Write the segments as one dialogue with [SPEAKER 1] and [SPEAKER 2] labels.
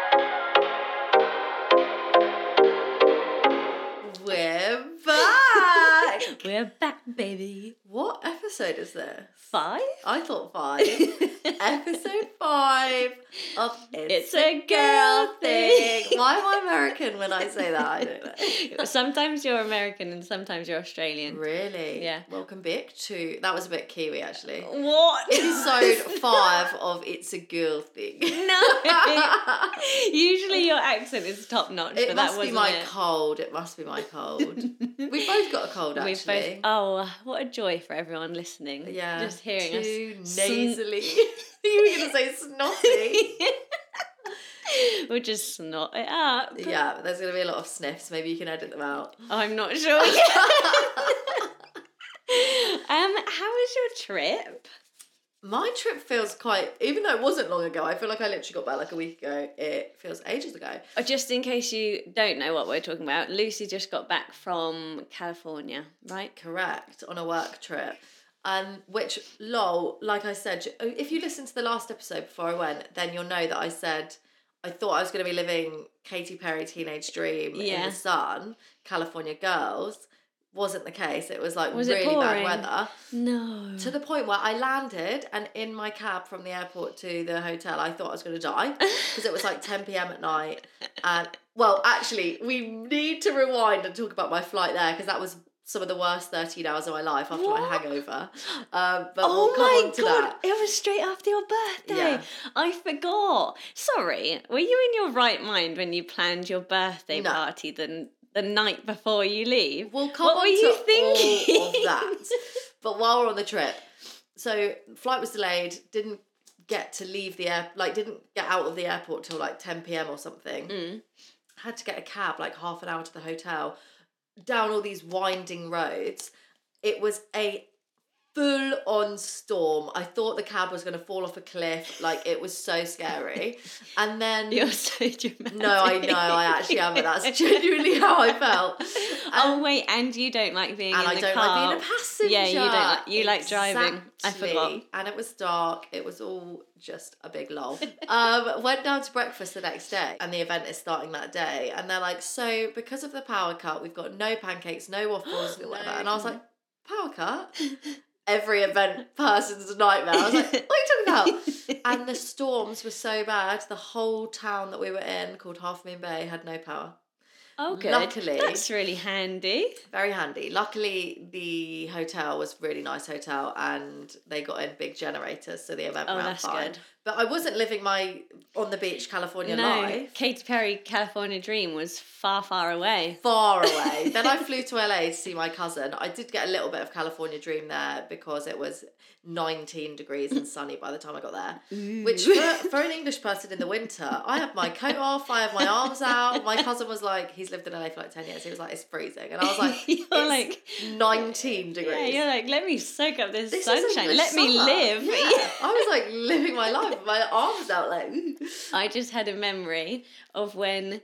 [SPEAKER 1] We're back, baby.
[SPEAKER 2] What episode is this?
[SPEAKER 1] Five?
[SPEAKER 2] I thought five. episode five of It's,
[SPEAKER 1] It's a girl thing.
[SPEAKER 2] Why am I American when I say that? I don't know.
[SPEAKER 1] sometimes you're American and sometimes you're Australian.
[SPEAKER 2] Really?
[SPEAKER 1] Yeah. Oh.
[SPEAKER 2] Welcome back to. That was a bit Kiwi actually.
[SPEAKER 1] What?
[SPEAKER 2] Episode five of It's a Girl Thing.
[SPEAKER 1] no. Usually your accent is top notch,
[SPEAKER 2] it
[SPEAKER 1] but that
[SPEAKER 2] must be
[SPEAKER 1] wasn't
[SPEAKER 2] my
[SPEAKER 1] it.
[SPEAKER 2] cold. It must be my cold. We've both got a cold
[SPEAKER 1] We
[SPEAKER 2] actually.
[SPEAKER 1] both. Oh, what a joy for everyone listening.
[SPEAKER 2] Yeah.
[SPEAKER 1] Just hearing
[SPEAKER 2] too
[SPEAKER 1] us.
[SPEAKER 2] nasally. you were gonna say snotty.
[SPEAKER 1] sn- we'll just snot it up.
[SPEAKER 2] yeah, but there's gonna be a lot of sniffs. Maybe you can edit them out.
[SPEAKER 1] I'm not sure. um, how was your trip?
[SPEAKER 2] My trip feels quite, even though it wasn't long ago. I feel like I literally got back like a week ago. It feels ages ago.
[SPEAKER 1] Oh, Just in case you don't know what we're talking about, Lucy just got back from California, right?
[SPEAKER 2] Correct on a work trip. Um, which lol, like I said, oh, if you listen to the last episode before I went, then you'll know that I said I thought I was going to be living Katy Perry teenage dream in
[SPEAKER 1] Yeah.
[SPEAKER 2] the sun, California girls. Wasn't the case. It was like
[SPEAKER 1] Was it
[SPEAKER 2] really bad
[SPEAKER 1] pouring?
[SPEAKER 2] weather.
[SPEAKER 1] No.
[SPEAKER 2] to the point where I landed and in my cab from the airport to the hotel, I thought I was going to die because it was like 10 p.m. at night. And well, actually, we need to rewind and talk about my flight there because that was some of the worst 13 hours of my life after
[SPEAKER 1] What?
[SPEAKER 2] my hangover. Um, but
[SPEAKER 1] Oh
[SPEAKER 2] we'll come
[SPEAKER 1] my
[SPEAKER 2] on to
[SPEAKER 1] god!
[SPEAKER 2] that.
[SPEAKER 1] It was straight after your birthday.
[SPEAKER 2] Yeah.
[SPEAKER 1] I forgot. Sorry. Were you in your right mind when you planned your birthday
[SPEAKER 2] No.
[SPEAKER 1] party the the night before you leave?
[SPEAKER 2] We'll come
[SPEAKER 1] What
[SPEAKER 2] on
[SPEAKER 1] were you
[SPEAKER 2] to
[SPEAKER 1] thinking?
[SPEAKER 2] all of that. But while we're on the trip, so flight was delayed, didn't get to leave the air, like didn't get out of the airport till like 10 p.m. or something.
[SPEAKER 1] Mm.
[SPEAKER 2] had to get a cab like half an hour to the hotel down all these winding roads it was a full on storm i thought the cab was going to fall off a cliff like it was so scary and then
[SPEAKER 1] You're so dramatic.
[SPEAKER 2] no i know i actually am but that's genuinely how i felt
[SPEAKER 1] oh wait, and you don't like being
[SPEAKER 2] and
[SPEAKER 1] in
[SPEAKER 2] I
[SPEAKER 1] the
[SPEAKER 2] don't
[SPEAKER 1] car.
[SPEAKER 2] like being a passenger.
[SPEAKER 1] Yeah, you don't like- you like driving. I forgot.
[SPEAKER 2] Exactly. And it was dark. It was all just a big lol. um, went down to breakfast the next day, and the event is starting that day. And they're like, "So because of the power cut, we've got no pancakes, no waffles, nothing like that." And I was like, "Power cut." Every event person's nightmare. I was like, "What are you talking about?" And the storms were so bad, the whole town that we were in, called Half Moon Bay, had no power.
[SPEAKER 1] oh, good.
[SPEAKER 2] luckily-
[SPEAKER 1] That's really handy.
[SPEAKER 2] Very handy. Luckily, the hotel was really nice hotel, and they got in big generators, so the event
[SPEAKER 1] Oh,
[SPEAKER 2] ran
[SPEAKER 1] that's
[SPEAKER 2] fine.
[SPEAKER 1] good.
[SPEAKER 2] But I wasn't living my on the beach California
[SPEAKER 1] no,
[SPEAKER 2] life.
[SPEAKER 1] Katy Perry California Dream was far, far away.
[SPEAKER 2] Far away. then I flew to LA to see my cousin. I did get a little bit of California dream there because it was 19 degrees and sunny by the time I got there. Which, for, for an English person in the winter, I had my coat off, I had my arms out. My cousin was like, he's lived in LA for like 10 years. He was like, it's freezing. And I was like,
[SPEAKER 1] You're
[SPEAKER 2] it's
[SPEAKER 1] like-
[SPEAKER 2] 19 degrees.
[SPEAKER 1] Yeah, you're like, let me soak up this,
[SPEAKER 2] This is
[SPEAKER 1] sunshine.
[SPEAKER 2] English
[SPEAKER 1] Let me
[SPEAKER 2] summer.
[SPEAKER 1] live.
[SPEAKER 2] Yeah. I was like living my life, with my arms out, like. "Ooh."
[SPEAKER 1] I just had a memory of when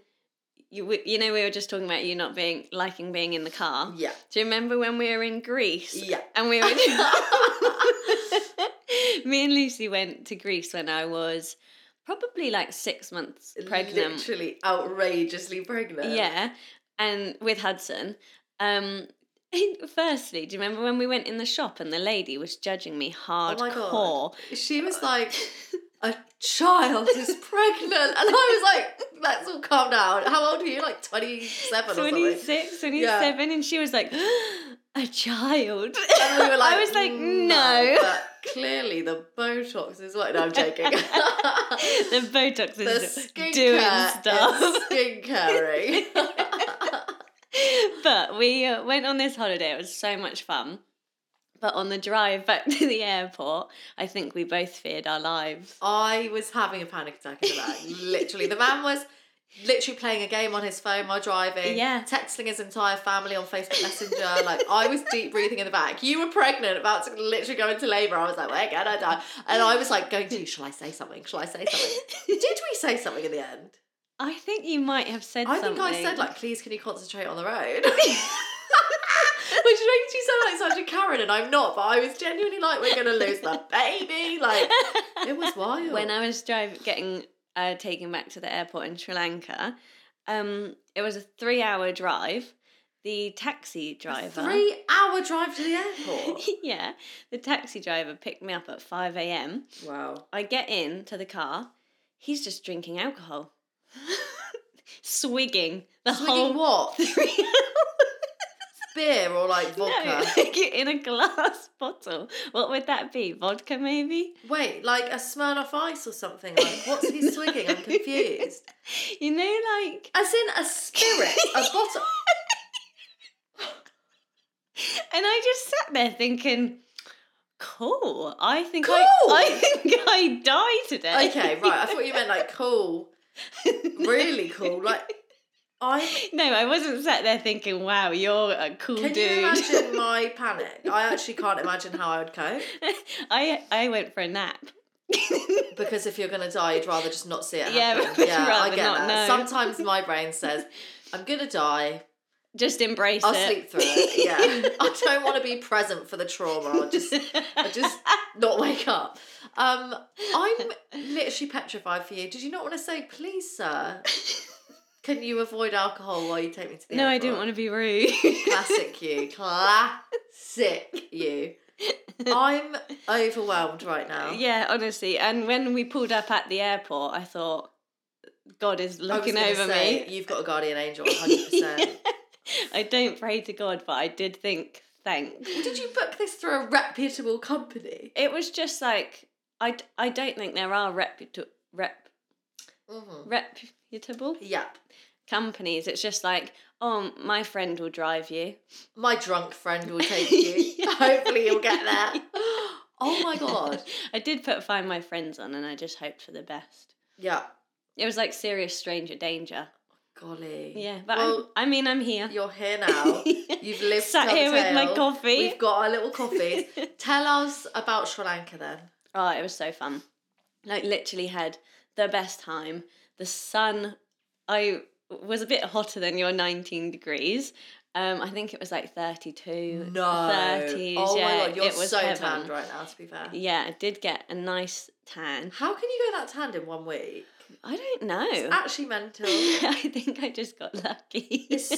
[SPEAKER 1] you we- you know we were just talking about you not being liking being in the car.
[SPEAKER 2] Yeah,
[SPEAKER 1] Do you remember when we were in Greece?
[SPEAKER 2] Mm. yeah.
[SPEAKER 1] And we were Me and Lucy went to Greece when I was probably like 6 months pregnant.
[SPEAKER 2] Literally outrageously pregnant.
[SPEAKER 1] Yeah. And with Hudson. Um firstly, do you remember when we went in the shop and the lady was judging me hardcore?
[SPEAKER 2] Oh my God. She was like, a child is pregnant. And I was like, let's all calm down. How old are you? Like 27 or something.
[SPEAKER 1] 26, 27, and she was like, a child.
[SPEAKER 2] And we were like, "Mm,
[SPEAKER 1] I was like,
[SPEAKER 2] "No,
[SPEAKER 1] no.
[SPEAKER 2] But clearly the Botox is what. No, I'm joking.
[SPEAKER 1] the Botox
[SPEAKER 2] the
[SPEAKER 1] is
[SPEAKER 2] skincare
[SPEAKER 1] doing
[SPEAKER 2] is
[SPEAKER 1] stuff.
[SPEAKER 2] skincaring.
[SPEAKER 1] but we uh, went on this holiday. It was so much fun. But on the drive back to the airport, I think we both feared our lives.
[SPEAKER 2] I was having a panic attack in the back. literally, the man was literally playing a game on his phone while driving.
[SPEAKER 1] Yeah.
[SPEAKER 2] texting his entire family on Facebook Messenger. like I was deep breathing in the back. You were pregnant, about to literally go into labour. I was like, where can I die? And I was like, going to, shall I say something? Shall I say something? Did we say something in the end?
[SPEAKER 1] I think you might have said
[SPEAKER 2] I
[SPEAKER 1] something.
[SPEAKER 2] think I said like, please can you concentrate on the road? Which makes you sound like such a Karen, and I'm not. But I was genuinely like, we're gonna lose the baby. Like it was wild.
[SPEAKER 1] when I was driving, getting uh, taken back to the airport in Sri Lanka, um, it was a three-hour drive, the taxi driver.
[SPEAKER 2] Three hour drive to the airport.
[SPEAKER 1] yeah, the taxi driver picked me up at 5 a.m.
[SPEAKER 2] wow.
[SPEAKER 1] I get in to the car. He's just drinking alcohol, swigging the
[SPEAKER 2] Swigging
[SPEAKER 1] whole
[SPEAKER 2] what?
[SPEAKER 1] three
[SPEAKER 2] Beer or like
[SPEAKER 1] No,
[SPEAKER 2] vodka?
[SPEAKER 1] like in a glass bottle. What would that be? Vodka, maybe?
[SPEAKER 2] Wait, like a Smirnoff Ice or something? Like what's he swigging? I'm confused.
[SPEAKER 1] You know, like.
[SPEAKER 2] As in a spirit, a bottle.
[SPEAKER 1] And I just sat there thinking, cool. I think
[SPEAKER 2] Cool.
[SPEAKER 1] I, I think I die today.
[SPEAKER 2] Okay, right. I thought you meant like cool, really cool. Like I'm
[SPEAKER 1] No, I wasn't sat there thinking, wow, you're a cool
[SPEAKER 2] Can
[SPEAKER 1] dude.
[SPEAKER 2] you imagine my panic? I actually can't imagine how I would cope
[SPEAKER 1] I I went for a nap.
[SPEAKER 2] because if you're gonna die, you'd rather just not see it
[SPEAKER 1] Yeah,
[SPEAKER 2] happen.
[SPEAKER 1] I'd rather not know.
[SPEAKER 2] Sometimes my brain says, "I'm gonna die.
[SPEAKER 1] Just embrace
[SPEAKER 2] I'll
[SPEAKER 1] it.
[SPEAKER 2] sleep through it." Yeah, I don't want to be present for the trauma. I'll just, I just not wake up. Um, I'm literally petrified for you. Did you not want to say, "Please, sir, can you avoid alcohol while you take me to the
[SPEAKER 1] no, I
[SPEAKER 2] airport?"
[SPEAKER 1] didn't want to be rude.
[SPEAKER 2] Classic you. Classic you. I'm overwhelmed right now.
[SPEAKER 1] yeah, honestly. And when we pulled up at the airport, I thought, God is
[SPEAKER 2] I was
[SPEAKER 1] looking
[SPEAKER 2] gonna
[SPEAKER 1] over
[SPEAKER 2] say,
[SPEAKER 1] me.
[SPEAKER 2] You've got a guardian angel, 100%.
[SPEAKER 1] I don't pray to God, but I did think, thanks.
[SPEAKER 2] Did you book this through a reputable company?
[SPEAKER 1] It was just like, I, d- I don't think there are reputa- rep,
[SPEAKER 2] Mm-hmm.
[SPEAKER 1] reputable
[SPEAKER 2] Yep.
[SPEAKER 1] companies. It's just like, oh, my friend will drive you.
[SPEAKER 2] My drunk friend will take you.
[SPEAKER 1] Yeah.
[SPEAKER 2] Hopefully, you'll get there. Oh my god.
[SPEAKER 1] I did put Find My Friends on and I just hoped for the best.
[SPEAKER 2] Yeah.
[SPEAKER 1] It was like serious stranger danger.
[SPEAKER 2] Golly.
[SPEAKER 1] Yeah, but
[SPEAKER 2] well,
[SPEAKER 1] I'm, I mean, I'm here.
[SPEAKER 2] you're here now. You've lived
[SPEAKER 1] Sat
[SPEAKER 2] till
[SPEAKER 1] here with my
[SPEAKER 2] tale.
[SPEAKER 1] coffee.
[SPEAKER 2] We've got our little coffees. Tell us about Sri Lanka then.
[SPEAKER 1] oh, it was so fun. Like, literally had the best time. The sun, I was a bit hotter than your 19 degrees. Um, I think it was like 32.
[SPEAKER 2] No.
[SPEAKER 1] 30s,
[SPEAKER 2] oh
[SPEAKER 1] yeah,
[SPEAKER 2] my god, you're
[SPEAKER 1] it was
[SPEAKER 2] so
[SPEAKER 1] heaven.
[SPEAKER 2] tanned right now, to be fair.
[SPEAKER 1] Yeah, I did get a nice tan.
[SPEAKER 2] How can you go that tanned in one week?
[SPEAKER 1] I don't know.
[SPEAKER 2] It's actually mental.
[SPEAKER 1] I think I just got lucky.
[SPEAKER 2] It's so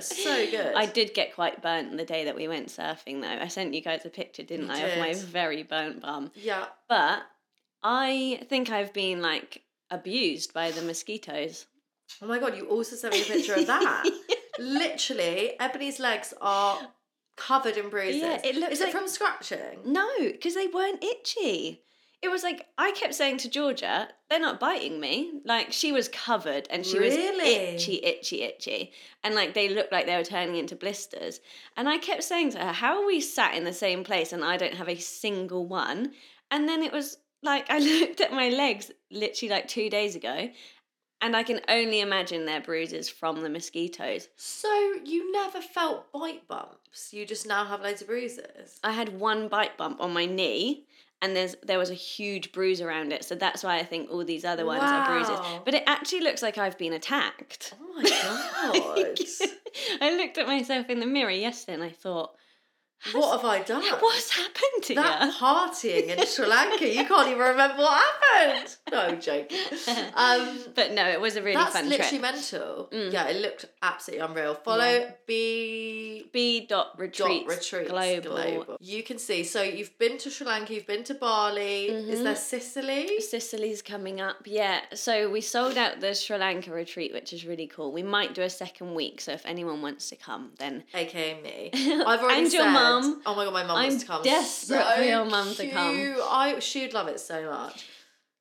[SPEAKER 2] so good.
[SPEAKER 1] I did get quite burnt the day that we went surfing, though. I sent you guys a picture, didn't
[SPEAKER 2] You
[SPEAKER 1] I, of my
[SPEAKER 2] did.
[SPEAKER 1] very burnt bum.
[SPEAKER 2] Yeah.
[SPEAKER 1] But I think I've been like abused by the mosquitoes.
[SPEAKER 2] Oh my god, you also sent me a picture of that. Literally, Ebony's legs are covered in bruises.
[SPEAKER 1] Yeah, it looks
[SPEAKER 2] Is
[SPEAKER 1] like-
[SPEAKER 2] it from scratching?
[SPEAKER 1] No, because they weren't itchy. It was like I kept saying to Georgia, they're not biting me. Like she was covered and she was
[SPEAKER 2] Really?
[SPEAKER 1] itchy, itchy, itchy. And like they looked like they were turning into blisters. And I kept saying to her, How are we sat in the same place and I don't have a single one? And then it was like I looked at my legs literally like two days ago. And I can only imagine their bruises from the mosquitoes.
[SPEAKER 2] So you never felt bite bumps. You just now have loads of bruises.
[SPEAKER 1] I had one bite bump on my knee, and there's there was a huge bruise around it. So that's why I think all these other ones are bruises.
[SPEAKER 2] Wow.
[SPEAKER 1] But it actually looks like I've been attacked.
[SPEAKER 2] Oh my god.
[SPEAKER 1] I looked at myself in the mirror yesterday, and I thought,
[SPEAKER 2] what have I done?
[SPEAKER 1] "What's happened to
[SPEAKER 2] that partying in Sri Lanka, you can't even remember what happened. No, I'm joking.
[SPEAKER 1] you?"
[SPEAKER 2] Um,
[SPEAKER 1] but no, it was a really
[SPEAKER 2] That's
[SPEAKER 1] fun
[SPEAKER 2] literally
[SPEAKER 1] trip.
[SPEAKER 2] mental.
[SPEAKER 1] Mm.
[SPEAKER 2] Yeah, it looked absolutely unreal. Follow
[SPEAKER 1] Yeah.
[SPEAKER 2] B.
[SPEAKER 1] B dot
[SPEAKER 2] Dot
[SPEAKER 1] retreats,
[SPEAKER 2] retreats
[SPEAKER 1] global.
[SPEAKER 2] You can see. So you've been to Sri Lanka. You've been to Bali. Is
[SPEAKER 1] Mm-hmm.
[SPEAKER 2] there Sicily?
[SPEAKER 1] Sicily's coming up, yeah. So we sold out the Sri Lanka retreat, which is really cool. We might do a second week, so if anyone wants to come, then
[SPEAKER 2] AKA me. I've already
[SPEAKER 1] And your
[SPEAKER 2] said-
[SPEAKER 1] mum.
[SPEAKER 2] Oh my god, my mum
[SPEAKER 1] I'm
[SPEAKER 2] wants to come.
[SPEAKER 1] desperate
[SPEAKER 2] so
[SPEAKER 1] for your mum to come.
[SPEAKER 2] cute. I she'd love it so much.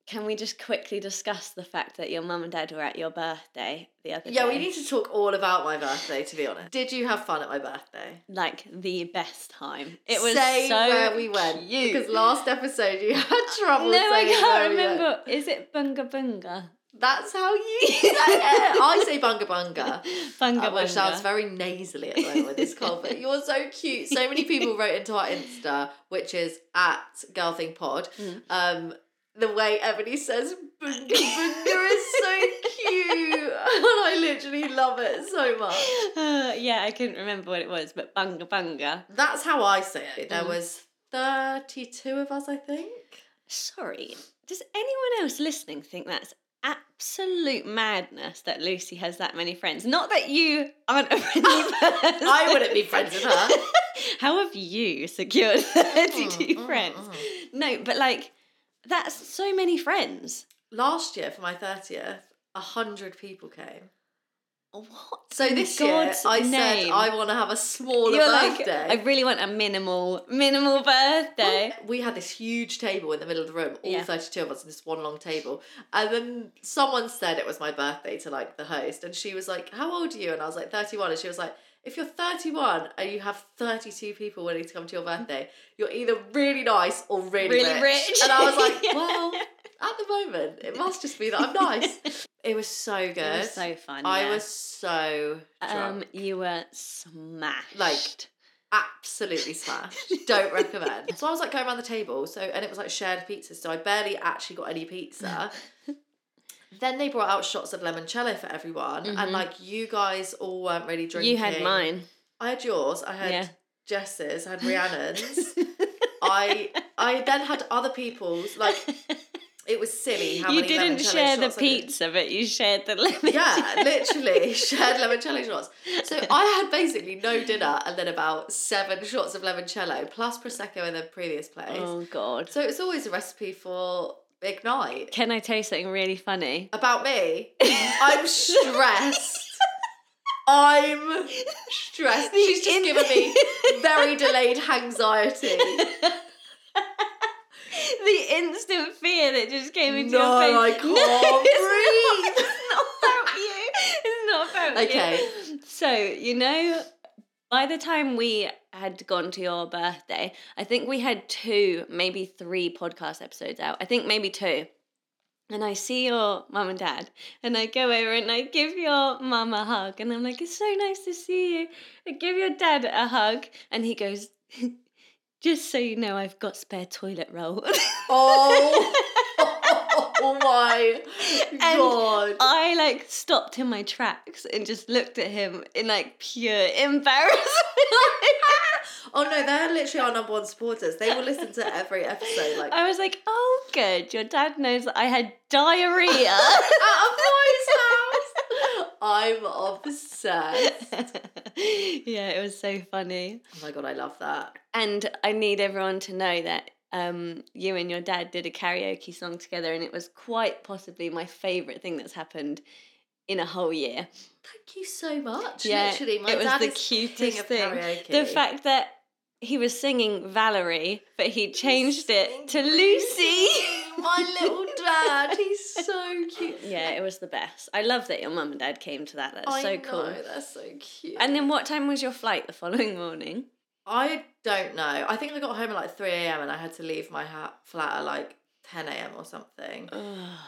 [SPEAKER 1] Can we just quickly discuss the fact that your mum and dad were at your birthday the other
[SPEAKER 2] Yeah,
[SPEAKER 1] day?
[SPEAKER 2] we need to talk all about my birthday. To be honest, did you have fun at my birthday?
[SPEAKER 1] like the best time. It was
[SPEAKER 2] Say
[SPEAKER 1] so
[SPEAKER 2] where we went
[SPEAKER 1] cute.
[SPEAKER 2] because last episode you had trouble.
[SPEAKER 1] no, I
[SPEAKER 2] saying where
[SPEAKER 1] can't
[SPEAKER 2] we went.
[SPEAKER 1] remember. Is it Bunga Bunga?
[SPEAKER 2] That's how you say it. I say bunga bunga,
[SPEAKER 1] Bunga
[SPEAKER 2] uh, which sounds
[SPEAKER 1] Bunga.
[SPEAKER 2] very nasally at the moment with this cold. But you're so cute. So many people wrote into our Insta, which is at girlthingpod.
[SPEAKER 1] Mm.
[SPEAKER 2] Um, the way Ebony says bunga bunga is so cute, and I literally love it so much.
[SPEAKER 1] Uh, yeah, I couldn't remember what it was, but Bunga Bunga.
[SPEAKER 2] That's how I say it. There
[SPEAKER 1] Mm.
[SPEAKER 2] was thirty-two of us, I think.
[SPEAKER 1] Sorry, does anyone else listening think that's absolute madness that Lucy has that many friends. Not that you aren't a friendly person.
[SPEAKER 2] I wouldn't be friends with her.
[SPEAKER 1] How have you secured 32
[SPEAKER 2] Mm, mm,
[SPEAKER 1] friends?
[SPEAKER 2] mm.
[SPEAKER 1] No, but like, that's so many friends.
[SPEAKER 2] Last year for my 30th, 100 people came.
[SPEAKER 1] What?
[SPEAKER 2] So
[SPEAKER 1] in
[SPEAKER 2] this
[SPEAKER 1] God's
[SPEAKER 2] year, I said
[SPEAKER 1] name?
[SPEAKER 2] I want to have a smaller
[SPEAKER 1] You're like,
[SPEAKER 2] birthday. Oh
[SPEAKER 1] I really want a minimal, minimal birthday.
[SPEAKER 2] We had this huge table in the middle of the room, all
[SPEAKER 1] Yeah.
[SPEAKER 2] 32 of us in this one long table. And then someone said it was my birthday to like the host, and she was like, How old are you? And I was like, 31. And she was like, If you're 31 and you have 32 people willing to come to your birthday, you're either really nice or really,
[SPEAKER 1] Really
[SPEAKER 2] rich.
[SPEAKER 1] rich.
[SPEAKER 2] And I was like,
[SPEAKER 1] Yeah.
[SPEAKER 2] Well, at the moment, it must just be that I'm nice. it was so good.
[SPEAKER 1] It was so fun.
[SPEAKER 2] I
[SPEAKER 1] yeah.
[SPEAKER 2] was so drunk.
[SPEAKER 1] Um, you were smashed.
[SPEAKER 2] absolutely smashed. Don't recommend. So I was like going around the table, so and it was like shared pizza, so I barely actually got any pizza. then they brought out shots of limoncello for everyone,
[SPEAKER 1] Mhm.
[SPEAKER 2] and like you guys all weren't really drinking.
[SPEAKER 1] you had mine.
[SPEAKER 2] I had yours. I had
[SPEAKER 1] Yeah.
[SPEAKER 2] Jess's. I had Rhiannon's. I I then had other people's. Like it was silly how
[SPEAKER 1] you
[SPEAKER 2] many
[SPEAKER 1] didn't
[SPEAKER 2] limoncello
[SPEAKER 1] share the
[SPEAKER 2] shots I did.
[SPEAKER 1] pizza, but you shared the lemon.
[SPEAKER 2] Yeah, literally shared limoncello shots. So I had basically no dinner and then about seven shots of limoncello plus prosecco in the previous place.
[SPEAKER 1] Oh God.
[SPEAKER 2] So it's always a recipe for big night.
[SPEAKER 1] Can I tell you something really funny?
[SPEAKER 2] About me, I'm stressed. I'm stressed.
[SPEAKER 1] The
[SPEAKER 2] She's just
[SPEAKER 1] in-
[SPEAKER 2] given me very delayed anxiety.
[SPEAKER 1] the instant fear that just came into
[SPEAKER 2] No, I
[SPEAKER 1] your face.
[SPEAKER 2] can't
[SPEAKER 1] it's not- it's not about you. It's not about
[SPEAKER 2] Okay.
[SPEAKER 1] you. So, you know, by the time we had gone to your birthday, I think we had two, maybe three podcast episodes out. I think maybe two. And I see your mum and dad, and I go over and I give your mum a hug, and I'm like, it's so nice to see you. I give your dad a hug, and he goes, just so you know, I've got spare toilet roll.
[SPEAKER 2] Oh, my god.
[SPEAKER 1] I like stopped in my tracks and just looked at him in like pure embarrassment.
[SPEAKER 2] Oh no, they're literally our number one supporters. They will listen to every episode. Like
[SPEAKER 1] I was like, oh, good, your dad knows that I had diarrhea.
[SPEAKER 2] out of boys' house. I'm obsessed.
[SPEAKER 1] yeah, it was so funny.
[SPEAKER 2] Oh my god, I love that.
[SPEAKER 1] And I need everyone to know that um, you and your dad did a karaoke song together, and it was quite possibly my favourite thing that's happened in a whole year.
[SPEAKER 2] Thank you so much.
[SPEAKER 1] Yeah,
[SPEAKER 2] Literally, my
[SPEAKER 1] it was
[SPEAKER 2] dad
[SPEAKER 1] the
[SPEAKER 2] is king
[SPEAKER 1] cutest
[SPEAKER 2] of
[SPEAKER 1] thing.
[SPEAKER 2] karaoke.
[SPEAKER 1] The fact that he was singing Valerie, but he changed it to
[SPEAKER 2] singing
[SPEAKER 1] Lucy.
[SPEAKER 2] my little dad, he's so cute.
[SPEAKER 1] yeah, it was the best. I love that your mum and dad came to that. That's
[SPEAKER 2] I
[SPEAKER 1] so
[SPEAKER 2] know,
[SPEAKER 1] cool.
[SPEAKER 2] That's so cute.
[SPEAKER 1] And then what time was your flight the following morning?
[SPEAKER 2] I don't know. I think I got home at like three a.m. and I had to leave my ha- flat at like ten a.m. or something.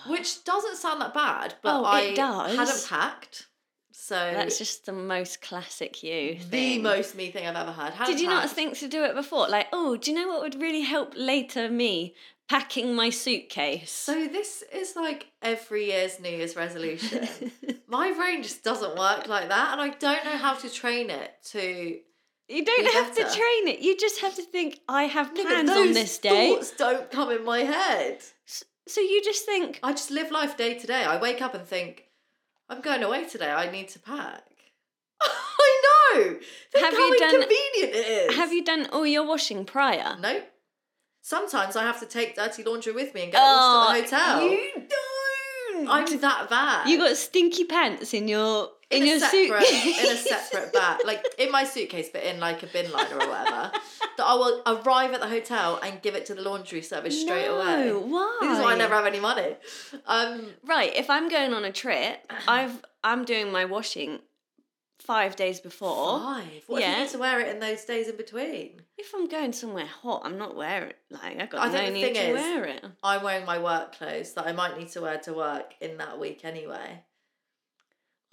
[SPEAKER 2] Which doesn't sound that bad, but
[SPEAKER 1] Oh, it
[SPEAKER 2] I
[SPEAKER 1] does.
[SPEAKER 2] hadn't packed. So
[SPEAKER 1] That's just the most classic you.
[SPEAKER 2] the
[SPEAKER 1] thing.
[SPEAKER 2] most me thing I've ever heard. Hadn't
[SPEAKER 1] Did you not
[SPEAKER 2] packed.
[SPEAKER 1] think to do it before? Like, oh, do you know what would really help later me? Packing my suitcase.
[SPEAKER 2] So this is like every year's New Year's resolution. My brain just doesn't work like that, and I don't know how to train it to.
[SPEAKER 1] you don't
[SPEAKER 2] Be
[SPEAKER 1] have
[SPEAKER 2] better.
[SPEAKER 1] to train it. You just have to think, I have
[SPEAKER 2] No, but
[SPEAKER 1] plans on
[SPEAKER 2] those
[SPEAKER 1] this day.
[SPEAKER 2] Thoughts don't come in my head.
[SPEAKER 1] So you just think,
[SPEAKER 2] I just live life day to day. I wake up and think, I'm going away today. I need to pack. I know. Think
[SPEAKER 1] Have
[SPEAKER 2] how
[SPEAKER 1] you done-
[SPEAKER 2] inconvenient it is.
[SPEAKER 1] have you done all your washing prior?
[SPEAKER 2] No. Sometimes I have to take dirty laundry with me and get it washed at the hotel.
[SPEAKER 1] You don't.
[SPEAKER 2] I'm that bad.
[SPEAKER 1] you got stinky pants in your in,
[SPEAKER 2] a
[SPEAKER 1] your
[SPEAKER 2] separate,
[SPEAKER 1] suitcase.
[SPEAKER 2] in a separate bag, like in my suitcase, but in like a bin liner or whatever. that I will arrive at the hotel and give it to the laundry service straight away.
[SPEAKER 1] No, Why?
[SPEAKER 2] This is why I never have any money. Um,
[SPEAKER 1] Right, if I'm going on a trip, I've I'm doing my washing five days before.
[SPEAKER 2] five. What if
[SPEAKER 1] yeah.
[SPEAKER 2] you need to wear it in those days in between?
[SPEAKER 1] If I'm going somewhere hot, I'm not wearing like I've got
[SPEAKER 2] I think
[SPEAKER 1] no
[SPEAKER 2] the
[SPEAKER 1] need
[SPEAKER 2] thing
[SPEAKER 1] to
[SPEAKER 2] is-
[SPEAKER 1] wear it.
[SPEAKER 2] I'm wearing my work clothes that I might need to wear to work in that week anyway.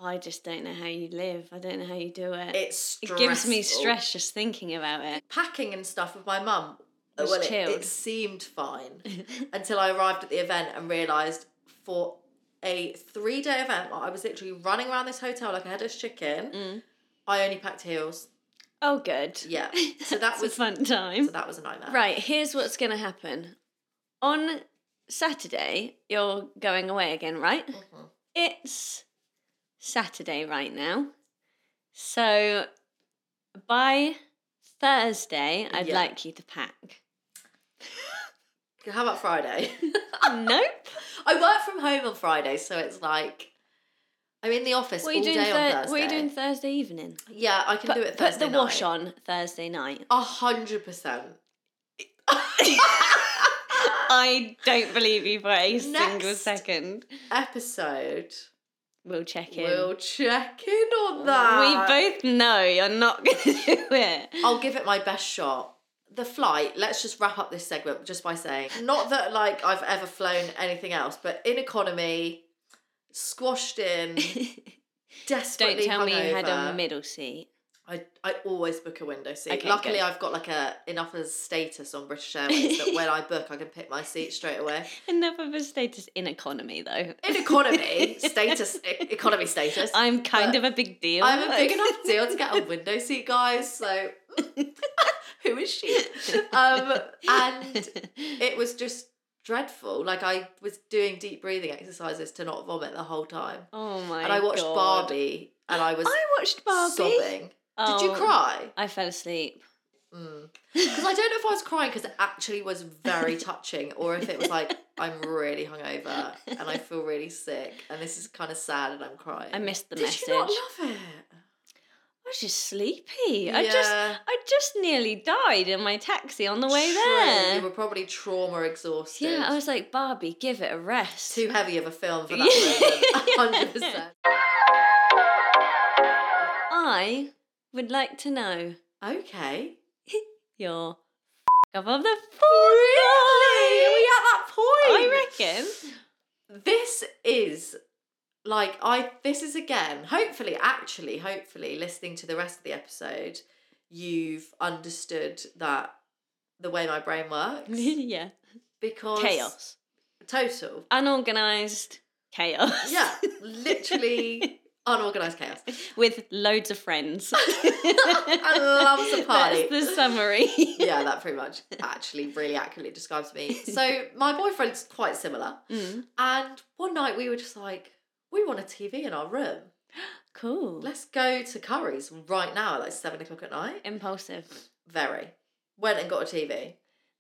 [SPEAKER 1] I just don't know how you live. I don't know how you do it.
[SPEAKER 2] It's
[SPEAKER 1] It gives me
[SPEAKER 2] stressful.
[SPEAKER 1] stress just thinking about it.
[SPEAKER 2] Packing and stuff with my mum.
[SPEAKER 1] Was
[SPEAKER 2] Oh, well, it,
[SPEAKER 1] chilled.
[SPEAKER 2] it seemed fine. until I arrived at the event and realised for a three day event, I was literally running around this hotel like a headless chicken.
[SPEAKER 1] Mm.
[SPEAKER 2] I only packed heels.
[SPEAKER 1] Oh, good.
[SPEAKER 2] Yeah. So that
[SPEAKER 1] That's a
[SPEAKER 2] was so
[SPEAKER 1] fun time.
[SPEAKER 2] that was a nightmare.
[SPEAKER 1] Right, here's what's going to happen. On Saturday, you're going away again, right?
[SPEAKER 2] Mhm.
[SPEAKER 1] It's Saturday right now. So by Thursday, I'd
[SPEAKER 2] Yeah.
[SPEAKER 1] like you to pack.
[SPEAKER 2] How about Friday?
[SPEAKER 1] nope.
[SPEAKER 2] I work from home on Friday, so it's like I'm in the office
[SPEAKER 1] What are,
[SPEAKER 2] all
[SPEAKER 1] you doing
[SPEAKER 2] day
[SPEAKER 1] Thur-
[SPEAKER 2] on Thursday.
[SPEAKER 1] what are you doing Thursday evening?
[SPEAKER 2] Yeah, I can
[SPEAKER 1] Put,
[SPEAKER 2] do it
[SPEAKER 1] put
[SPEAKER 2] Thursday.
[SPEAKER 1] the
[SPEAKER 2] night.
[SPEAKER 1] wash on Thursday night.
[SPEAKER 2] A hundred percent.
[SPEAKER 1] I don't believe you for a single
[SPEAKER 2] Next.
[SPEAKER 1] second.
[SPEAKER 2] Episode.
[SPEAKER 1] We'll check in.
[SPEAKER 2] We'll check in on that.
[SPEAKER 1] We both know you're not going to do it.
[SPEAKER 2] I'll give it my best shot. The flight, let's just wrap up this segment just by saying, not that like I've ever flown anything else, but in economy, squashed in,
[SPEAKER 1] Don't
[SPEAKER 2] desperately
[SPEAKER 1] tell me you had a
[SPEAKER 2] hungover.
[SPEAKER 1] middle seat.
[SPEAKER 2] I, I always book a window seat.
[SPEAKER 1] Okay,
[SPEAKER 2] Luckily,
[SPEAKER 1] good.
[SPEAKER 2] I've got like a enough as status on British Airways that when I book, I can pick my seat straight away.
[SPEAKER 1] Enough of a status in economy, though.
[SPEAKER 2] In economy status, e- economy status.
[SPEAKER 1] I'm kind
[SPEAKER 2] but
[SPEAKER 1] of a big deal.
[SPEAKER 2] I'm a big enough deal to get a window seat, guys. So who is she? Um, and it was just dreadful. Like I was doing deep breathing exercises to not vomit the whole time,
[SPEAKER 1] oh my!
[SPEAKER 2] and I watched
[SPEAKER 1] God.
[SPEAKER 2] Barbie, and I was
[SPEAKER 1] I watched Barbie.
[SPEAKER 2] sobbing. Did you
[SPEAKER 1] Oh,
[SPEAKER 2] cry?
[SPEAKER 1] I fell asleep.
[SPEAKER 2] Because I don't know if I was crying because it actually was very touching, or if it was like I'm really hungover and I feel really sick, and this is kind of sad, and I'm crying.
[SPEAKER 1] I missed the
[SPEAKER 2] Did
[SPEAKER 1] message.
[SPEAKER 2] you not love it?
[SPEAKER 1] I was just sleepy. I just
[SPEAKER 2] Yeah.
[SPEAKER 1] I just nearly died in my taxi on the way
[SPEAKER 2] True,
[SPEAKER 1] there.
[SPEAKER 2] You were probably trauma exhausted.
[SPEAKER 1] yeah, I was like, Barbie, give it a rest.
[SPEAKER 2] too heavy of a film for that. Hundred percent.
[SPEAKER 1] I would like to know
[SPEAKER 2] Okay.
[SPEAKER 1] your f- up of the
[SPEAKER 2] Are we
[SPEAKER 1] really?
[SPEAKER 2] at that point?
[SPEAKER 1] I reckon.
[SPEAKER 2] this is like i this is again hopefully actually hopefully listening to the rest of the episode you've understood that the way my brain works
[SPEAKER 1] yeah.
[SPEAKER 2] because
[SPEAKER 1] Chaos.
[SPEAKER 2] total
[SPEAKER 1] Unorganized chaos.
[SPEAKER 2] yeah literally unorganized chaos
[SPEAKER 1] With loads of friends.
[SPEAKER 2] loves a party.
[SPEAKER 1] That's the summary.
[SPEAKER 2] yeah that pretty much actually really accurately describes me so my boyfriend's quite similar
[SPEAKER 1] Mm,
[SPEAKER 2] and one night we were just like we want a tv in our room
[SPEAKER 1] cool.
[SPEAKER 2] let's go to curry's right now at like seven o'clock at night
[SPEAKER 1] Impulsive.
[SPEAKER 2] Very. Went and got a TV.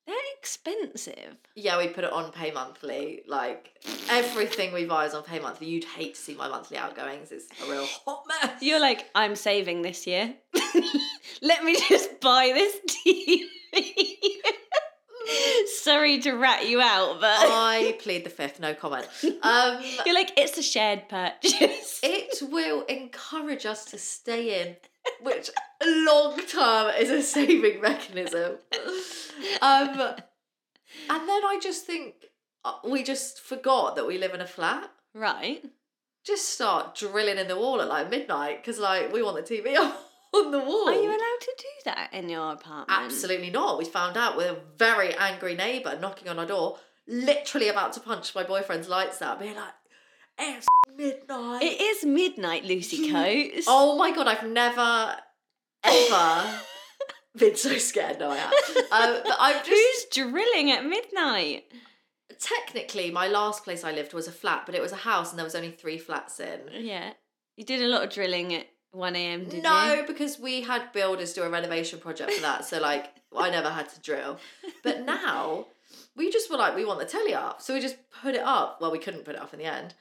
[SPEAKER 1] They're expensive.
[SPEAKER 2] Yeah, we put it on pay monthly. Like everything we buy is on pay monthly. You'd hate to see my monthly outgoings. It's a real hot mess.
[SPEAKER 1] You're like, I'm saving this year. Let me just buy this TV. Sorry to rat you out, but
[SPEAKER 2] I plead the fifth. No comment. Um,
[SPEAKER 1] you're like, it's a shared purchase.
[SPEAKER 2] it will encourage us to stay in, which long term is a saving mechanism. Um, and then I just think uh, we just forgot that we live in a flat.
[SPEAKER 1] right.
[SPEAKER 2] just start drilling in the wall at like midnight because like we want the TV on the wall.
[SPEAKER 1] Are you allowed to do that in your apartment?
[SPEAKER 2] Absolutely not. We found out with a very angry neighbour knocking on our door, literally about to punch my boyfriend's lights out, being like, "It's midnight."
[SPEAKER 1] It is midnight, Lucy Coates.
[SPEAKER 2] oh my god, I've never ever been so scared. No, I have. Um, but I'm just
[SPEAKER 1] Who's drilling at midnight?
[SPEAKER 2] technically my last place I lived was a flat, but it was a house and there was only three flats in.
[SPEAKER 1] Yeah. You did a lot of drilling at 1 a.m., did
[SPEAKER 2] no,
[SPEAKER 1] you?
[SPEAKER 2] because we had builders do a renovation project for that, so like I never had to drill. But now we just were like, we want the telly up, so we just put it up. Well, we couldn't put it up in the end.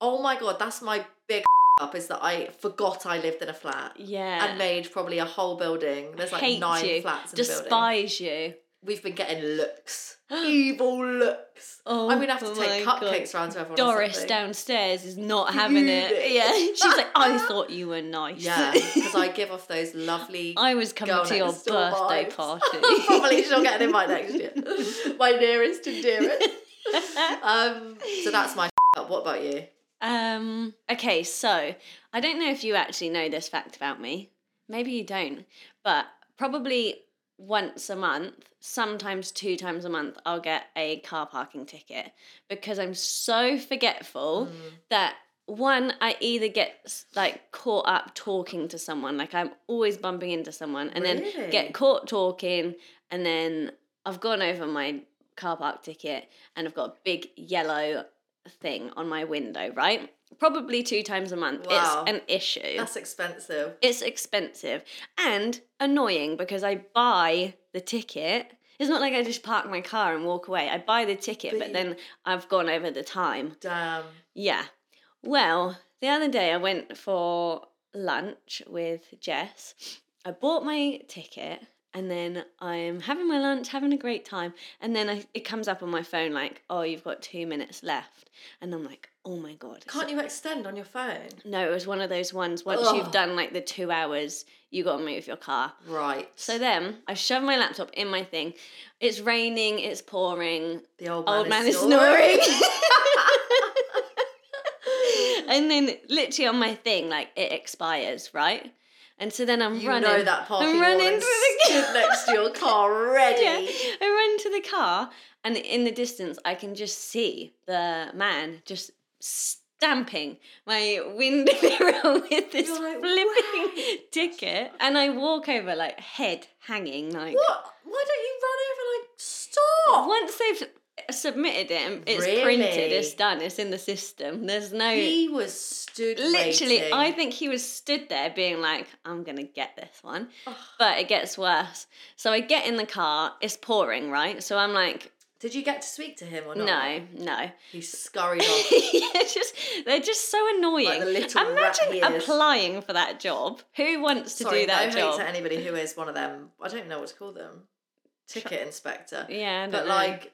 [SPEAKER 2] Oh my god, that's my big up is that I forgot I lived in a flat
[SPEAKER 1] Yeah.
[SPEAKER 2] and made probably a whole building. There's like
[SPEAKER 1] Hate
[SPEAKER 2] nine
[SPEAKER 1] you.
[SPEAKER 2] flats in the building.
[SPEAKER 1] Despise you.
[SPEAKER 2] We've been getting looks, evil looks.
[SPEAKER 1] Oh,
[SPEAKER 2] I'm gonna have to take
[SPEAKER 1] my God.
[SPEAKER 2] cupcakes round to everyone. or
[SPEAKER 1] Doris
[SPEAKER 2] something.
[SPEAKER 1] downstairs is not having it.
[SPEAKER 2] Fuming.
[SPEAKER 1] Yeah, she's like, I thought you were nice.
[SPEAKER 2] Yeah, because I give off those lovely
[SPEAKER 1] I was coming
[SPEAKER 2] Girl
[SPEAKER 1] to your
[SPEAKER 2] next door
[SPEAKER 1] birthday
[SPEAKER 2] vibes.
[SPEAKER 1] party.
[SPEAKER 2] Probably she'll get an invite next year. My nearest and dearest. Um, so that's my up. What about you?
[SPEAKER 1] um, okay, so I don't know if you actually know this fact about me. Maybe you don't, but probably once a month, sometimes two times a month, I'll get a car parking ticket because I'm so forgetful that one i either get like caught up talking to someone like i'm always bumping into someone and then
[SPEAKER 2] Really?
[SPEAKER 1] get caught talking and then i've gone over my car park ticket and i've got a big yellow thing on my window, right? Probably two times a month.
[SPEAKER 2] Wow.
[SPEAKER 1] It's an issue.
[SPEAKER 2] That's expensive.
[SPEAKER 1] it's expensive and annoying because I buy the ticket. It's not like I just park my car and walk away. I buy the ticket,
[SPEAKER 2] But
[SPEAKER 1] but
[SPEAKER 2] you-
[SPEAKER 1] then I've gone over the time.
[SPEAKER 2] Damn.
[SPEAKER 1] Yeah. Well, the other day I went for lunch with Jess. I bought my ticket and then I'm having my lunch, having a great time. And then I, it comes up on my phone like, oh, you've got two minutes left. And I'm like, oh my God. it's
[SPEAKER 2] Can't you extend on your phone?
[SPEAKER 1] no, it was one of those ones once
[SPEAKER 2] Ugh.
[SPEAKER 1] you've done like the two hours, you gotta move your car.
[SPEAKER 2] Right.
[SPEAKER 1] So then I shove my laptop in my thing. It's raining, it's pouring,
[SPEAKER 2] the old man,
[SPEAKER 1] old man is
[SPEAKER 2] snoring.
[SPEAKER 1] snoring. and then literally on my thing, like it expires, right? And so then I'm
[SPEAKER 2] you
[SPEAKER 1] running.
[SPEAKER 2] know that parking
[SPEAKER 1] I'm running
[SPEAKER 2] warden
[SPEAKER 1] to the-
[SPEAKER 2] stood next to your car ready.
[SPEAKER 1] Yeah, I run to the car, and in the distance, I can just see the man just stamping my window mirror with this
[SPEAKER 2] You're like,
[SPEAKER 1] flipping ticket. And I walk over, like head hanging, like
[SPEAKER 2] What? Why don't you run over like stop?
[SPEAKER 1] once they've submitted it, and it's
[SPEAKER 2] Really?
[SPEAKER 1] printed, it's done, it's in the system. There's no.
[SPEAKER 2] He was stood
[SPEAKER 1] Literally,
[SPEAKER 2] waiting.
[SPEAKER 1] I think he was stood there being like, I'm gonna get this one.
[SPEAKER 2] Ugh.
[SPEAKER 1] But it gets worse. So I get in the car, it's pouring, right? So I'm like,
[SPEAKER 2] Did you get to speak to him or not?
[SPEAKER 1] no, no.
[SPEAKER 2] He scurried off.
[SPEAKER 1] yeah, just they're just so annoying.
[SPEAKER 2] Like the little rat he
[SPEAKER 1] Imagine
[SPEAKER 2] is.
[SPEAKER 1] applying for that job. Who wants to
[SPEAKER 2] Sorry,
[SPEAKER 1] do that
[SPEAKER 2] no hate
[SPEAKER 1] job?
[SPEAKER 2] to anybody who is one of them. I don't know what to call them. Ticket inspector.
[SPEAKER 1] Yeah, I don't
[SPEAKER 2] But
[SPEAKER 1] know.
[SPEAKER 2] like,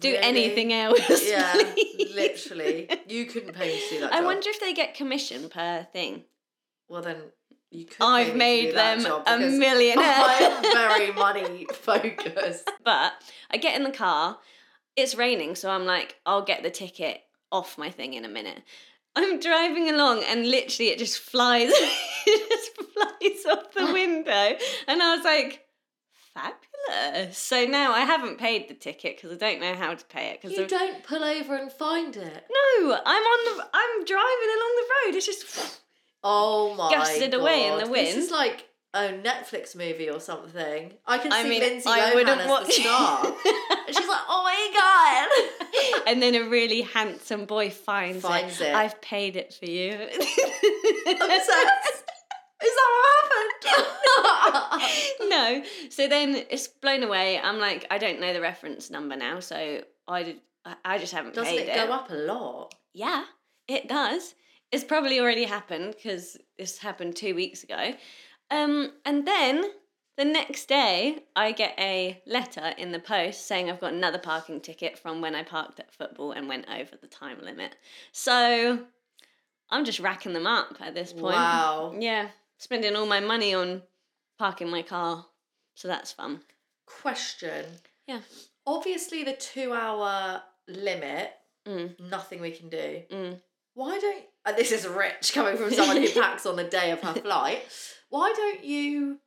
[SPEAKER 1] do
[SPEAKER 2] really?
[SPEAKER 1] anything else.
[SPEAKER 2] Yeah,
[SPEAKER 1] please.
[SPEAKER 2] literally. You couldn't pay me to do that.
[SPEAKER 1] I
[SPEAKER 2] job.
[SPEAKER 1] wonder if they get commission per thing.
[SPEAKER 2] Well, then you could. pay me
[SPEAKER 1] I've
[SPEAKER 2] to do
[SPEAKER 1] made
[SPEAKER 2] that
[SPEAKER 1] them
[SPEAKER 2] job
[SPEAKER 1] a
[SPEAKER 2] because Oh,
[SPEAKER 1] millionaire.
[SPEAKER 2] I'm very money focused.
[SPEAKER 1] but I get in the car. It's raining, so I'm like, I'll get the ticket off my thing in a minute. I'm driving along and literally it just flies it just flies off the window and I was like fabulous. So now I haven't paid the ticket because I don't know how to pay it because
[SPEAKER 2] You don't pull over and find it.
[SPEAKER 1] no, I'm on the I'm driving along the road. It's just
[SPEAKER 2] Oh my!
[SPEAKER 1] Gusted
[SPEAKER 2] God.
[SPEAKER 1] away in the
[SPEAKER 2] This is
[SPEAKER 1] wind.
[SPEAKER 2] like a Netflix movie or something. I can see
[SPEAKER 1] I mean
[SPEAKER 2] Lindsay
[SPEAKER 1] I
[SPEAKER 2] Lohan
[SPEAKER 1] wouldn't
[SPEAKER 2] as
[SPEAKER 1] watch
[SPEAKER 2] the star. And she's like, oh my god.
[SPEAKER 1] and then a really handsome boy finds,
[SPEAKER 2] Finds it.
[SPEAKER 1] I've paid it for you.
[SPEAKER 2] Obsessed. Is that what happened?
[SPEAKER 1] no. So then it's blown away. I'm like, I don't know the reference number now, so I did, I- I just haven't
[SPEAKER 2] Doesn't
[SPEAKER 1] paid
[SPEAKER 2] it go up a lot?
[SPEAKER 1] Yeah, it does. It's probably already happened because this happened two weeks ago. Um, and then the next day, I get a letter in the post saying I've got another parking ticket from when I parked at football and went over the time limit. So I'm just racking them up at this point.
[SPEAKER 2] Wow.
[SPEAKER 1] Yeah, spending all my money on parking my car. So that's fun.
[SPEAKER 2] Question.
[SPEAKER 1] Yeah.
[SPEAKER 2] Obviously, the two-hour limit.
[SPEAKER 1] Mm.
[SPEAKER 2] Nothing we can do.
[SPEAKER 1] Mm.
[SPEAKER 2] Why don't? And this is rich coming from someone who packs on the day of her flight. Why don't you?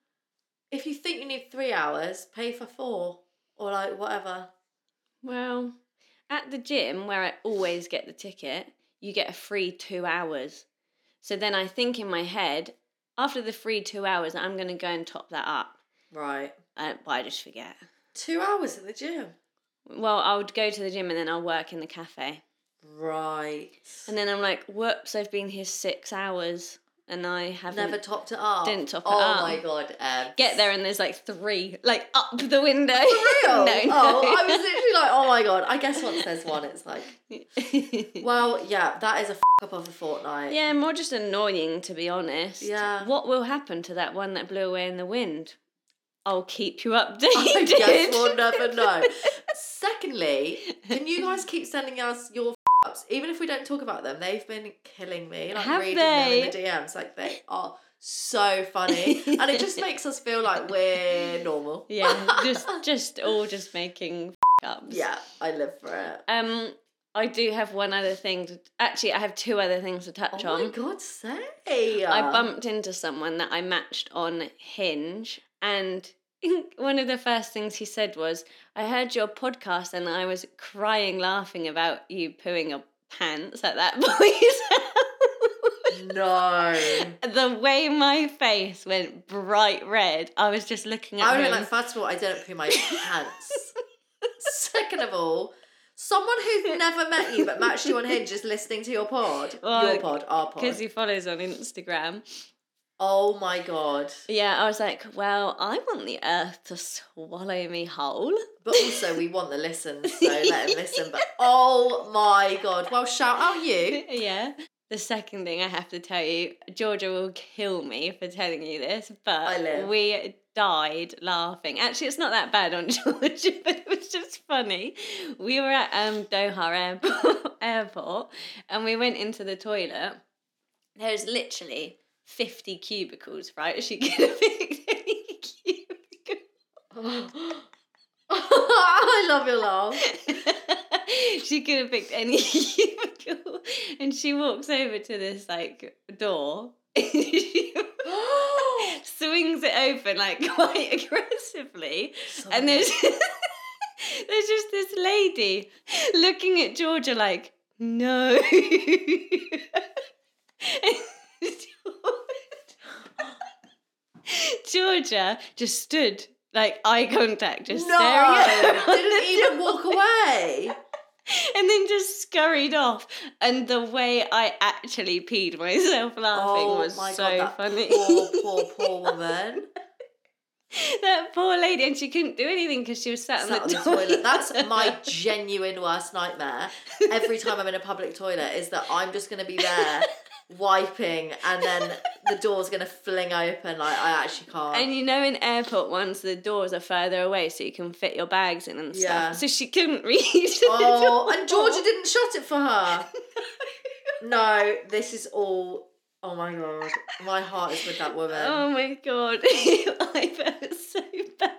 [SPEAKER 2] If you think you need three hours, pay for four or like whatever.
[SPEAKER 1] Well, at the gym where I always get the ticket, you get a free two hours. So then I think in my head, after the free two hours, I'm going to go and top that up.
[SPEAKER 2] Right.
[SPEAKER 1] Uh, but I just forget.
[SPEAKER 2] Two hours at the gym.
[SPEAKER 1] Well, I would go to the gym and then I'll work in the cafe.
[SPEAKER 2] Right.
[SPEAKER 1] And then I'm like, whoops, I've been here six hours and I haven't.
[SPEAKER 2] Never topped it up.
[SPEAKER 1] Didn't top it
[SPEAKER 2] oh
[SPEAKER 1] up.
[SPEAKER 2] my god, Em.
[SPEAKER 1] Get there and there's like three, like up the window.
[SPEAKER 2] For real?
[SPEAKER 1] no, no.
[SPEAKER 2] Oh, I was literally like, oh my god. I guess once there's one, it's like, well, yeah, that is a f- up of a fortnight.
[SPEAKER 1] Yeah, more just annoying to be honest.
[SPEAKER 2] Yeah.
[SPEAKER 1] What will happen to that one that blew away in the wind? I'll keep you
[SPEAKER 2] I
[SPEAKER 1] updated.
[SPEAKER 2] guess we'll never know. Secondly, can you guys keep sending us your f- ups? Even if we don't talk about them, they've been killing me. Like
[SPEAKER 1] Have
[SPEAKER 2] reading them in the DMs. Like they are so funny. and it just makes us feel like we're normal.
[SPEAKER 1] yeah, just just all just making f- ups.
[SPEAKER 2] Yeah, I live for it.
[SPEAKER 1] Um I do have one other thing to actually I have two other things to touch
[SPEAKER 2] Oh my
[SPEAKER 1] on.
[SPEAKER 2] god, say.
[SPEAKER 1] I bumped into someone that I matched on Hinge and one of the first things he said was, I heard your podcast and I was crying laughing about you pooing your pants at that boy's house.
[SPEAKER 2] No.
[SPEAKER 1] the way my face went bright red, I was just looking at
[SPEAKER 2] I would
[SPEAKER 1] him.
[SPEAKER 2] like, first of all, I didn't poo my pants. Second of all, Someone who's never met you but matched you on Hinge is listening to your pod.
[SPEAKER 1] Well,
[SPEAKER 2] your pod, our
[SPEAKER 1] Because
[SPEAKER 2] pod.
[SPEAKER 1] he follows on Instagram.
[SPEAKER 2] Oh my god.
[SPEAKER 1] Yeah, I was like, well, I want the earth to swallow me whole.
[SPEAKER 2] But also we want the listens, so let him listen. But oh my god. Well shout out you.
[SPEAKER 1] yeah. The second thing I have to tell you, Georgia will kill me for telling you this,
[SPEAKER 2] I
[SPEAKER 1] but
[SPEAKER 2] live.
[SPEAKER 1] we died laughing. Actually, it's not that bad on Georgia, but it was just funny. We were at um, Doha airport, airport and we went into the toilet. There's literally 50 cubicles, right? She could have picked any cubicle.
[SPEAKER 2] I love your laugh.
[SPEAKER 1] she could have picked any cubicle. And she walks over to this like door. she swings it open like quite aggressively.
[SPEAKER 2] Oh.
[SPEAKER 1] And there's there's just this lady looking at Georgia like, no. Georgia just stood like eye contact, just staring at her.
[SPEAKER 2] no,
[SPEAKER 1] on
[SPEAKER 2] didn't
[SPEAKER 1] the
[SPEAKER 2] even
[SPEAKER 1] door
[SPEAKER 2] walk away.
[SPEAKER 1] and then just scurried off. And the way I actually peed myself laughing
[SPEAKER 2] oh
[SPEAKER 1] was
[SPEAKER 2] my
[SPEAKER 1] so
[SPEAKER 2] god, that
[SPEAKER 1] funny.
[SPEAKER 2] poor, poor, poor woman.
[SPEAKER 1] that poor lady, and she couldn't do anything because she was sat,
[SPEAKER 2] sat
[SPEAKER 1] on the, toilet.
[SPEAKER 2] That's my genuine worst nightmare. Every time I'm in a public toilet, is that I'm just gonna be there wiping, and then the door's gonna fling open. Like I actually can't.
[SPEAKER 1] And you know, in airport ones, the doors are further away so you can fit your bags in and stuff.
[SPEAKER 2] Yeah.
[SPEAKER 1] So she couldn't reach.
[SPEAKER 2] oh, and Georgia didn't shut it for her. No, this is all. Oh my god, my heart is with that woman. Oh,
[SPEAKER 1] Oh my god, I felt so bad,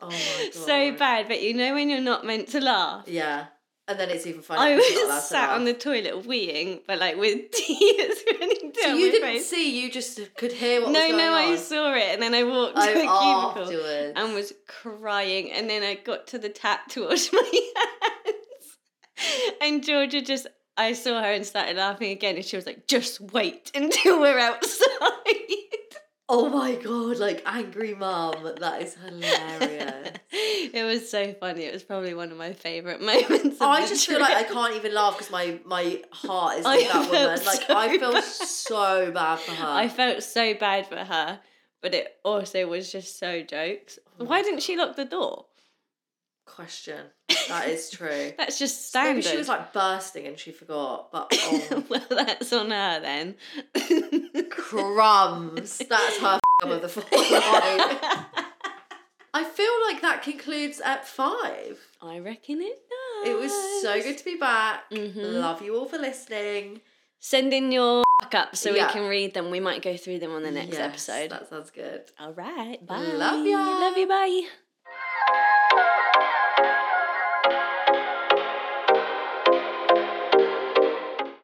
[SPEAKER 2] Oh my god,
[SPEAKER 1] so bad. But you know when you're not meant to laugh.
[SPEAKER 2] Yeah, and then it's even funny.
[SPEAKER 1] I
[SPEAKER 2] because you're not
[SPEAKER 1] was
[SPEAKER 2] allowed to
[SPEAKER 1] sat
[SPEAKER 2] laugh.
[SPEAKER 1] on the toilet weeing, but like with tears running down
[SPEAKER 2] So
[SPEAKER 1] my
[SPEAKER 2] you didn't
[SPEAKER 1] face.
[SPEAKER 2] see. You just could hear what was
[SPEAKER 1] no,
[SPEAKER 2] going
[SPEAKER 1] no,
[SPEAKER 2] on.
[SPEAKER 1] I saw it, and then I walked to the
[SPEAKER 2] Oh,
[SPEAKER 1] cubicle
[SPEAKER 2] afterwards.
[SPEAKER 1] and was crying, and then I got to the tap to wash my hands, and Georgia just. I saw her and started laughing again, and she was like, "Just wait until we're outside."
[SPEAKER 2] Oh my god, like angry mum. That is hilarious.
[SPEAKER 1] it was so funny. It was probably one of my favorite moments. Of
[SPEAKER 2] I
[SPEAKER 1] the
[SPEAKER 2] just feel like I
[SPEAKER 1] trip.
[SPEAKER 2] can't even laugh because my my heart is
[SPEAKER 1] I
[SPEAKER 2] with that
[SPEAKER 1] felt
[SPEAKER 2] woman. Like I
[SPEAKER 1] so
[SPEAKER 2] feel
[SPEAKER 1] bad.
[SPEAKER 2] so bad for her.
[SPEAKER 1] I felt so bad for her, but it also was just so jokes.
[SPEAKER 2] Oh my
[SPEAKER 1] Why didn't she lock the door?
[SPEAKER 2] Question. That is true.
[SPEAKER 1] That's just standard.
[SPEAKER 2] Maybe she was like bursting and she forgot. But oh,
[SPEAKER 1] well, that's on her then.
[SPEAKER 2] crumbs. That's her f- of the fall. I feel like that concludes ep five.
[SPEAKER 1] I reckon it does.
[SPEAKER 2] It was so good to be back.
[SPEAKER 1] Mhm.
[SPEAKER 2] Love you all for listening.
[SPEAKER 1] Send in your fuck up so
[SPEAKER 2] Yeah.
[SPEAKER 1] we can read them. We might go through them on the next
[SPEAKER 2] Yes,
[SPEAKER 1] episode.
[SPEAKER 2] That sounds good.
[SPEAKER 1] All right. Bye.
[SPEAKER 2] Love ya.
[SPEAKER 1] Love you. Bye.